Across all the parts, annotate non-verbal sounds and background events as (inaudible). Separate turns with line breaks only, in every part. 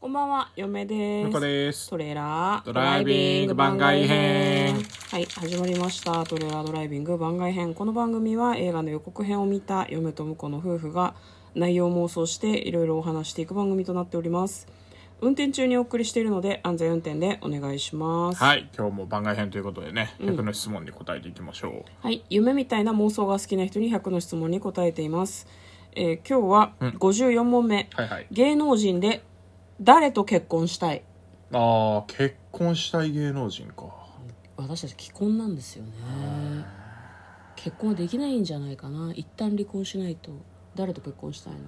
こんばんは、嫁です。
向こうです
トレーラード
ドライビング番外編
はい、始まりました。トレーラードライビング番外編。この番組は映画の予告編を見た嫁と婿の夫婦が内容妄想していろいろお話していく番組となっております。運転中にお送りしているので安全運転でお願いします。い。
はい今日も番外編ということでね100の質問に答えていきましょう、
はい、夢みたいな妄想が好きな人に100の質問に答えています。えー今日は54問目。
はいはい
芸能人で誰と結婚したい
ああ結婚したい芸能人か
私たち既婚なんですよね結婚はできないんじゃないかな一旦離婚しないと誰と結婚したいの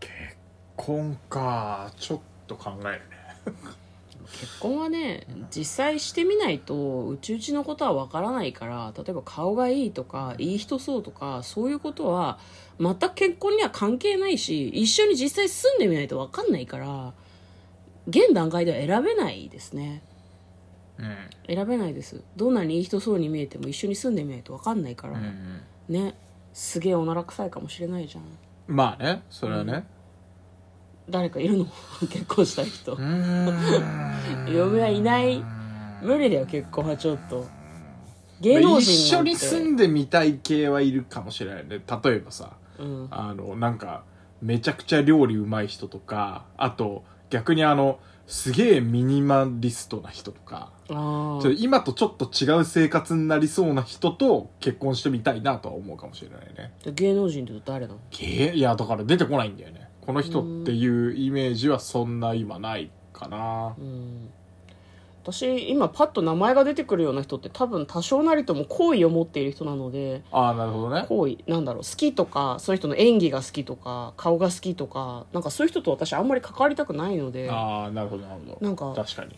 結婚かちょっと考えるね
結婚はね実際してみないとうちうちのことはわからないから例えば顔がいいとかいい人そうとかそういうことは全く結婚には関係ないし一緒に実際住んでみないとわかんないから現段階では選べないですね
う
選べないですどんなにいい人そうに見えても一緒に住んでみないとわかんないから、
ん、うん、
ねすげえおなら臭いかもしれないじゃん
まあねそれはね
誰かいるの (laughs) 結婚したい人
う (laughs) ーん
嫁はいない無理だよ結婚はちょっと芸
まあ
能人なんて
一緒に住んでみたい系はいるかもしれないね例えばさ
うん
あのなんかめちゃくちゃ料理うまい人とかあと逆にあのすげえミニマリストな人とか
あ
ちょっと
ー
今とちょっと違う生活になりそうな人と結婚してみたいなとは思うかもしれないね
で芸能人って誰なの
げいやだから出てこないんだよねこの人っていうイメージはそんな今ないかな
うん私今パッと名前が出てくるような人って多分多少なりとも好意を持っている人なので
ああなるほどね
好意なんだろう好きとかその人の演技が好きとか顔が好きとかなんかそういう人と私あんまり関わりたくないので
ああなるほどなるほど
なんか
確かに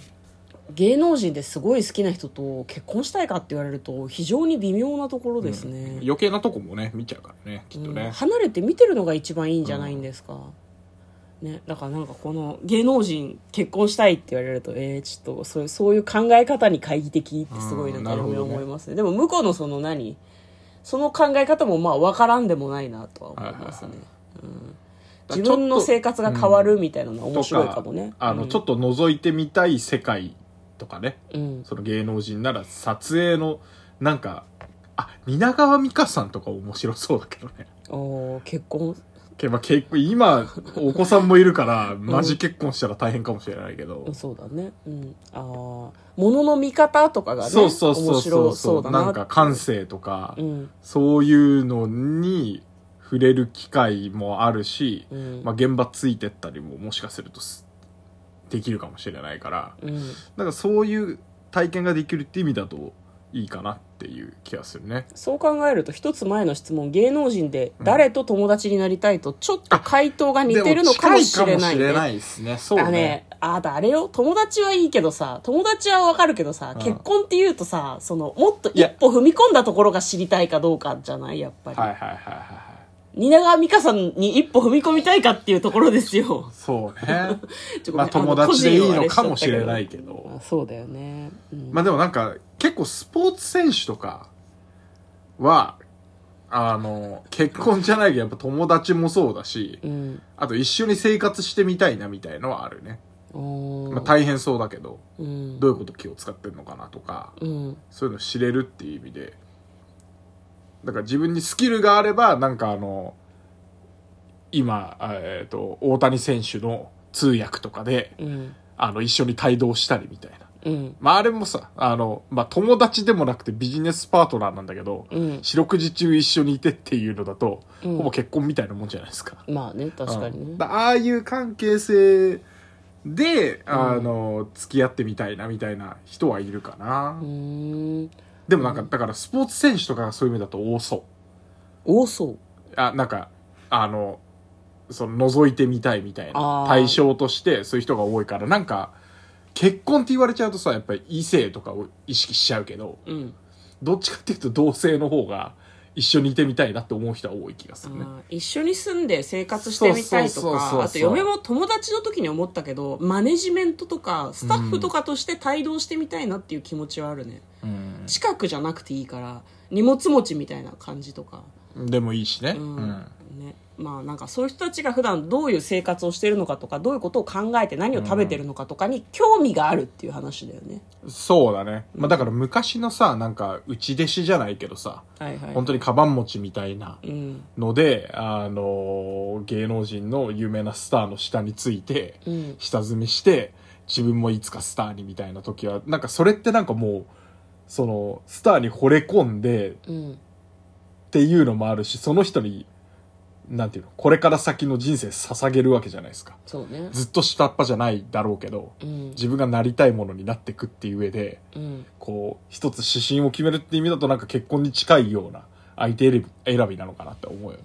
芸能人ですごい好きな人と結婚したいかって言われると非常に微妙なところですね、うん
余計なとこもね見ちゃうからねきっとね、
離れて見てるのが一番いいんじゃないんですか、ね、だからなんかこの芸能人結婚したいって言われるとえー、ちょっとそうそういう考え方に懐疑的ってすごいなんか
うんなるほどね
思いますねでも向こうのその何その考え方もまあ分からんでもないなとは思いますね、
はい
うん自分の生活が変わるみたいなのは面白いかもね
とかあの、ちょっと覗いてみたい世界とかね
うん、
その芸能人なら撮影のなんかあ蜷川美香さんとか面白そうだけどね
おー結婚
けまあ、結構今お子さんもいるからマジ結婚したら大変かもしれないけど、
そうだね、うん、ああものの見方とかがね
そうそうそう
面
そ
白
う
そうだな
なんか感性とか、
うん
そういうのに触れる機会もあるし、
うん、
まあ、現場ついてったりももしかするとすできるかもしれないから
うん、
なんかそういう体験ができるって意味だといいかなっていう気がするね
そう考えると一つ前の質問芸能人で誰と友達になりたいとちょっと回答が似てるのかもしれ
でも近
ないい,、
かもしれ
ね
ないですねそう
あね、あだあれよ友達はいいけどさ友達はわかるけどさ、
うん
結婚っていうとさそのもっと
い
一
や
歩踏み込んだところが知りたいかどうかじゃないやっぱり、
はいはいはいはいはい
蜷川美香さんに一歩踏み込みたいかっていうところです
(laughs)
よ
そうね
ち (laughs) ょごめん
まあ友達でいいのかもしれないけ
あの個人をあれしちゃったけ
ど
どあそうだよね、うん
まあでもなんか、結構スポーツ選手とかは、あの、結婚じゃないけど、やっぱ友達もそうだし、
うん
あと一緒に生活してみたいなみたいのはあるね。
おー
まあ大変そうだけど、
うん
どういうこと気を使ってんのかなとか、
うん
そういうの知れるっていう意味で。だから自分にスキルがあれば、なんかあの、今、えっ、と、大谷選手の通訳とかで、
うん
あの、一緒に帯同したりみたいな。
うん
まあ、あれもさ、あの、まあ、友達でもなくてビジネスパートナーなんだけど、
うん
四六時中一緒にいてっていうのだと、
うん
ほぼ結婚みたいなもんじゃないですか。
まあね確か
う
に
ん
ね
だああいう関係性で、あの、付き合ってみたいなみたいな人はいるかな。
うーん
でもなんか、だからスポーツ選手とかがそういう意味だと多そ
多そう
う。あ、なんか、あの、その、覗いてみたいみたい
あ
な
ー
対象としてそういう人が多いから、なんか、結婚って言われちゃうとさ、やっぱり異性とかを意識しちゃうけど、
うん
どっちかっていうと同性の方が一緒にいてみたいなって思う人は多い気がす
あ
るね。
ー一緒に住んで生活してみたいと
そうそうそうそうそう
かあと嫁も友達の時に思ったけどマネジメントとかスタッフとかとして帯同してみたいなっていう気持ちはあるね、近くじゃなくていいから荷物持ちみたいな感じとか、
うんでもいいしね。
う
うんん
ねまあなんかそういう人たちが普段どういう生活をしてるのかとかどういうことを考えて何を食べてるのかとかに興味があるっていう話だよね、
そうだね、まあ、だから昔のさなんか内弟子じゃないけどさ
はいはい
本当にカバン持ちみたいな
うん
ので、あの芸能人の有名なスターの下について、
うん
下積みして自分もいつかスターにみたいな時はなんかそれってなんかもうそのスターに惚れ込んで
うん
っていうのもあるしその人になんていうのこれから先の人生捧げるわけじゃないですか
そうね
ずっと下っ端じゃないだろうけど
うん
自分がなりたいものになっていくっていう上で
うん
こう一つ指針を決めるって意味だとなんか結婚に近いような相手選び選びなのかなって思うよね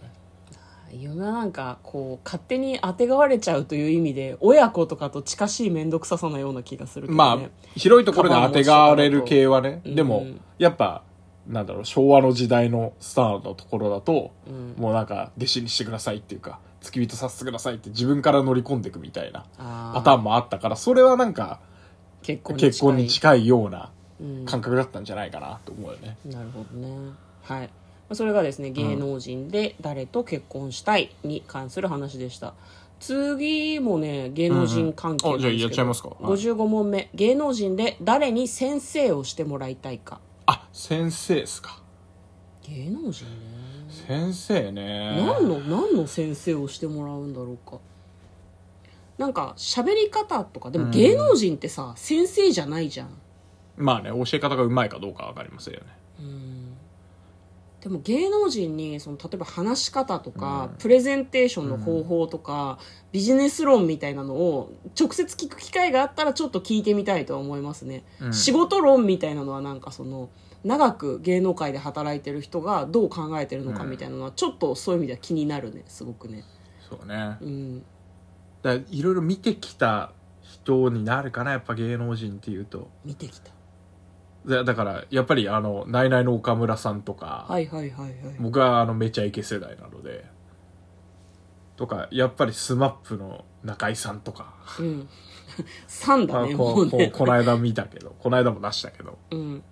嫁はなんかこう勝手にあてがわれちゃうという意味で親子とかと近しい面倒くささなような気がするけど、ね、
まあ広いところで当てがわれる系はね
うん
でもやっぱなんだろう昭和の時代のスターのところだと
うん
もうなんか弟子にしてくださいっていうか付き人させてくださいって自分から乗り込んでいくみたいな
あ
パターンもあったからそれはなんか
結婚に近い
結婚に近いような
うん
感覚だったんじゃないかなと思うよね
なるほどねはいまあそれがですね芸能人で誰と結婚したいに関する話でした、次もね芸能人関係なんですけど、
うんうんあじゃあやっちゃいますかはい
55問目芸能人で誰に先生をしてもらいたいか
あ先生っすか
芸能人ね
先生ね
何の何の先生をしてもらうんだろうかなんか喋り方とかでも芸能人ってさ、先生じゃないじゃん
まあね教え方がうまいかどうかわかりませんよね
でも芸能人にその例えば話し方とか、プレゼンテーションの方法とか、ビジネス論みたいなのを直接聞く機会があったらちょっと聞いてみたいとは思いますね、仕事論みたいなのはなんかその長く芸能界で働いてる人がどう考えてるのかみたいなのはちょっとそういう意味では気になるねすごくね
そうね
うん
だからいろいろ見てきた人になるかなやっぱ芸能人っていうと
見てきた
だだからやっぱりあのナイナイの岡村さんとか、
はいはいはいはい
僕はあのめちゃイケ世代なのでとかやっぱりスマップの中居さんとか、
うん3だ
あ
ね
こ
もう
うこう
ね
この間見たけどこの間も出したけど
うん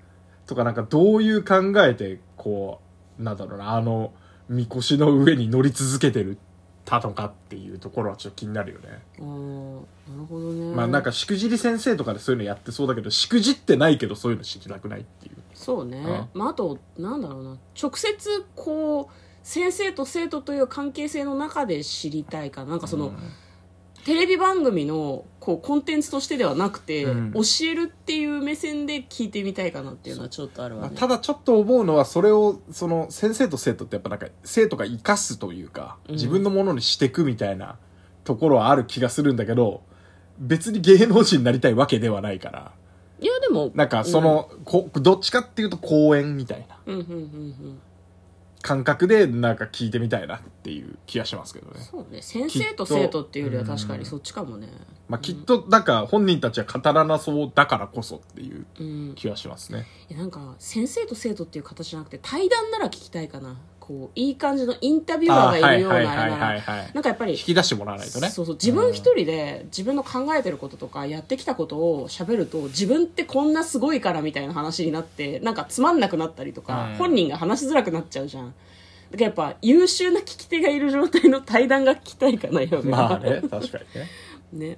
とかなんかどういう考えでこうなんだろうなあのみこしの上に乗り続けてるたのかっていうところはちょっと気になるよね、
あーなるほどね
まあなんかしくじり先生とかでそういうのやってそうだけどしくじってないけどそういうの知りたくないっていう
そうね、
ん
まあ、あとなんだろうな直接こう先生と生徒という関係性の中で知りたいかななんかその、テレビ番組のこうコンテンツとしてではなくて、
うん
教えるっていう目線で聞いてみたいかなっていうのはちょっとある
ま
わ
あ
ね、
ただちょっと思うのはそれをその先生と生徒ってやっぱなんか生徒が生かすというか
ん
自分のものにしていくみたいなところはある気がするんだけど別に芸能人になりたいわけではないから
いやでも
なんかそ、の、こどっちかっていうと公演みたいな
うん、うんうんうんうん
感覚でなんか聞いてみたいなっていう気がしますけどね、
そうね先生と生徒っていうよりは確かにそっちかもね
まあ、きっとなんか本人たちは語らなそうだからこそっていう
うん
気がしますね、
いやなんか先生と生徒っていう形じゃなくて対談なら聞きたいかなこういい感じのインタビュアーがいるようなあれ
あーはい
なら
はいはいはいはい
なんかやっぱり
引き出してもらわないとね
そうそう自分一人で自分の考えてることとかやってきたことを喋ると自分ってこんなすごいからみたいな話になってなんかつまんなくなったりとか、
うん
本人が話しづらくなっちゃうじゃんだからやっぱ優秀な聞き手がいる状態の対談が聞きたいかなよ
まあね確かにね
ね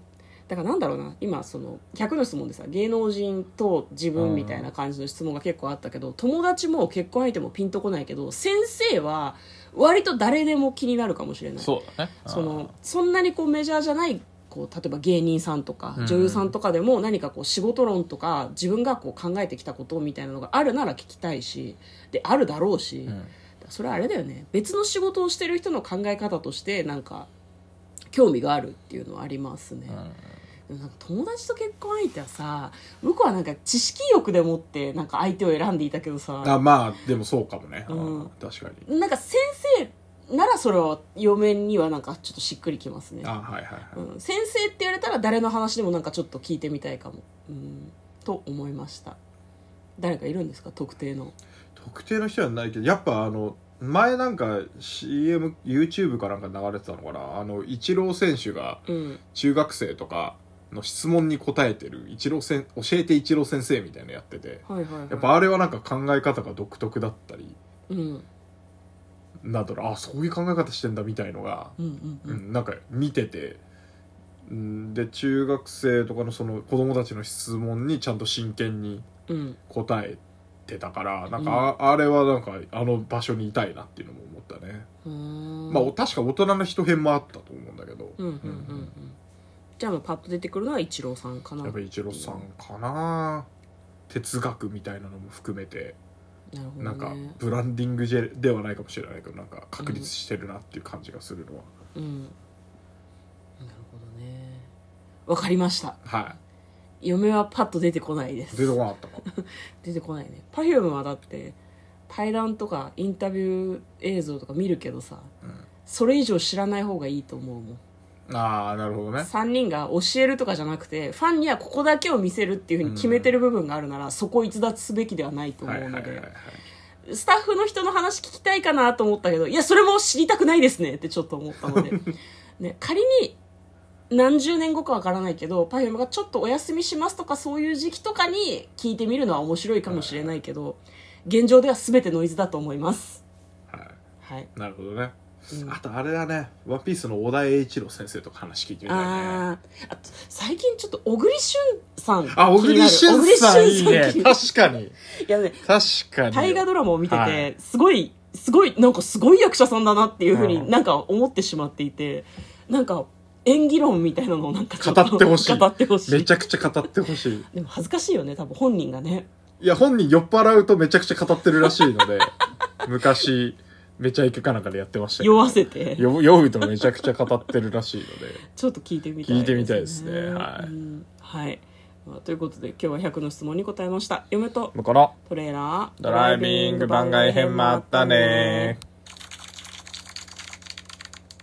だからなんだろうな今その100の質問でさ芸能人と自分みたいな感じの質問が結構あったけど、友達も結婚相手もピンとこないけど先生は割と誰でも気になるかもしれない
そうだね
そのそんなにこうメジャーじゃないこう例えば芸人さんとか女優さんとかでも何かこう仕事論とか自分がこう考えてきたことみたいなのがあるなら聞きたいしであるだろうし、それはあれだよね別の仕事をしてる人の考え方としてなんか興味があるっていうのはありますね。でもなんか友達と結婚相手はさ僕はなんか知識欲でもってなんか相手を選んでいたけどさ
あまあでもそうかもね、
うん
うん確かに
なんか先生ならそれは嫁にはなんかちょっとしっくりきますね
あはいはいはい、
うん、先生って言われたら誰の話でもなんかちょっと聞いてみたいかも、うん、と思いました誰かいるんですか特定の
特定の人はないけどやっぱあの前なんか CMYouTube かなんか流れてたのかなあのイチロー選手が
うん
中学生とかの質問に答えてるイチローせん教えてイチロー先生みたいなのやってて
はいはいはい
やっぱあれはなんか考え方が独特だったり
うん
なんだろうあそういう考え方してんだみたいのが、
うんうんう
うんん、なんか見ててうんで中学生とかのその子供たちの質問にちゃんと真剣に
うん
答えてたからなんかあ,、あれはなんかあの場所にいたいなっていうのも思ったね、
うん
まあお確か大人の人編もあったと思うんだけど、
うんうんうんうんじゃあもうパッと出てくるのはイチローさんかな
やっぱイチローさんかな哲学みたいなのも含めて
なるほど、ね、
なんかブランディングジェではないかもしれないけどなんか確立してるなっていう感じがするのは、
うんなるほどねわかりました
は
嫁はパッと出てこないで
い
す
出てこなかったか
出てこないね Perfume はだって対談とかインタビュー映像とか見るけどさ、それ以上知らない方がいいと思うもん (laughs)
ああなるほどね
3人が教えるとかじゃなくてファンにはここだけを見せるっていうふうに決めてる部分があるなら、そこを逸脱すべきではないと思
はいうはいは
の
い
で、
はい
スタッフの人の話聞きたいかなと思ったけどいやそれも知りたくないですねってちょっと思ったの
(laughs)
で、ね、仮に何十年後かわからないけど Perfume がちょっとお休みしますとかそういう時期とかに聞いてみるのは面白いかもしれないけど、現状では全てノイズだと思います
は
はい、
いなるほどね、
うん
あとあれだね「ワンピースの小田栄一郎先生とか話聞いてみたいね
あーあと最近ちょっと小栗旬さん
あ小
気にな
栗
る
旬さんいい
小栗
ね
気になる
確かに
いやね
確かに
大河ドラマを見てて、
はい
すごいすごいなんかすごい役者さんだなっていうふう
う
に
ん
なんか思ってしまっていて、なんか演技論みたいなのをなんかちょ
語
と
ってほしい
語ってほしい
めちゃくちゃ語ってほしい
でも恥ずかしいよね多分本人がね
いや本人酔っ払うとめちゃくちゃ語ってるらしいの (laughs) で昔めちゃイケかなんかでやってましたけ
酔
ど
わせて
よ酔うとめちゃくちゃ語ってるらしいので (laughs)
ちょっと聞いてみたい
聞いてみたいですねはい
うんはいまあということで今日は100の質問に答えました嫁と
向こうの
トレーラー
ドライビング番外編もあったね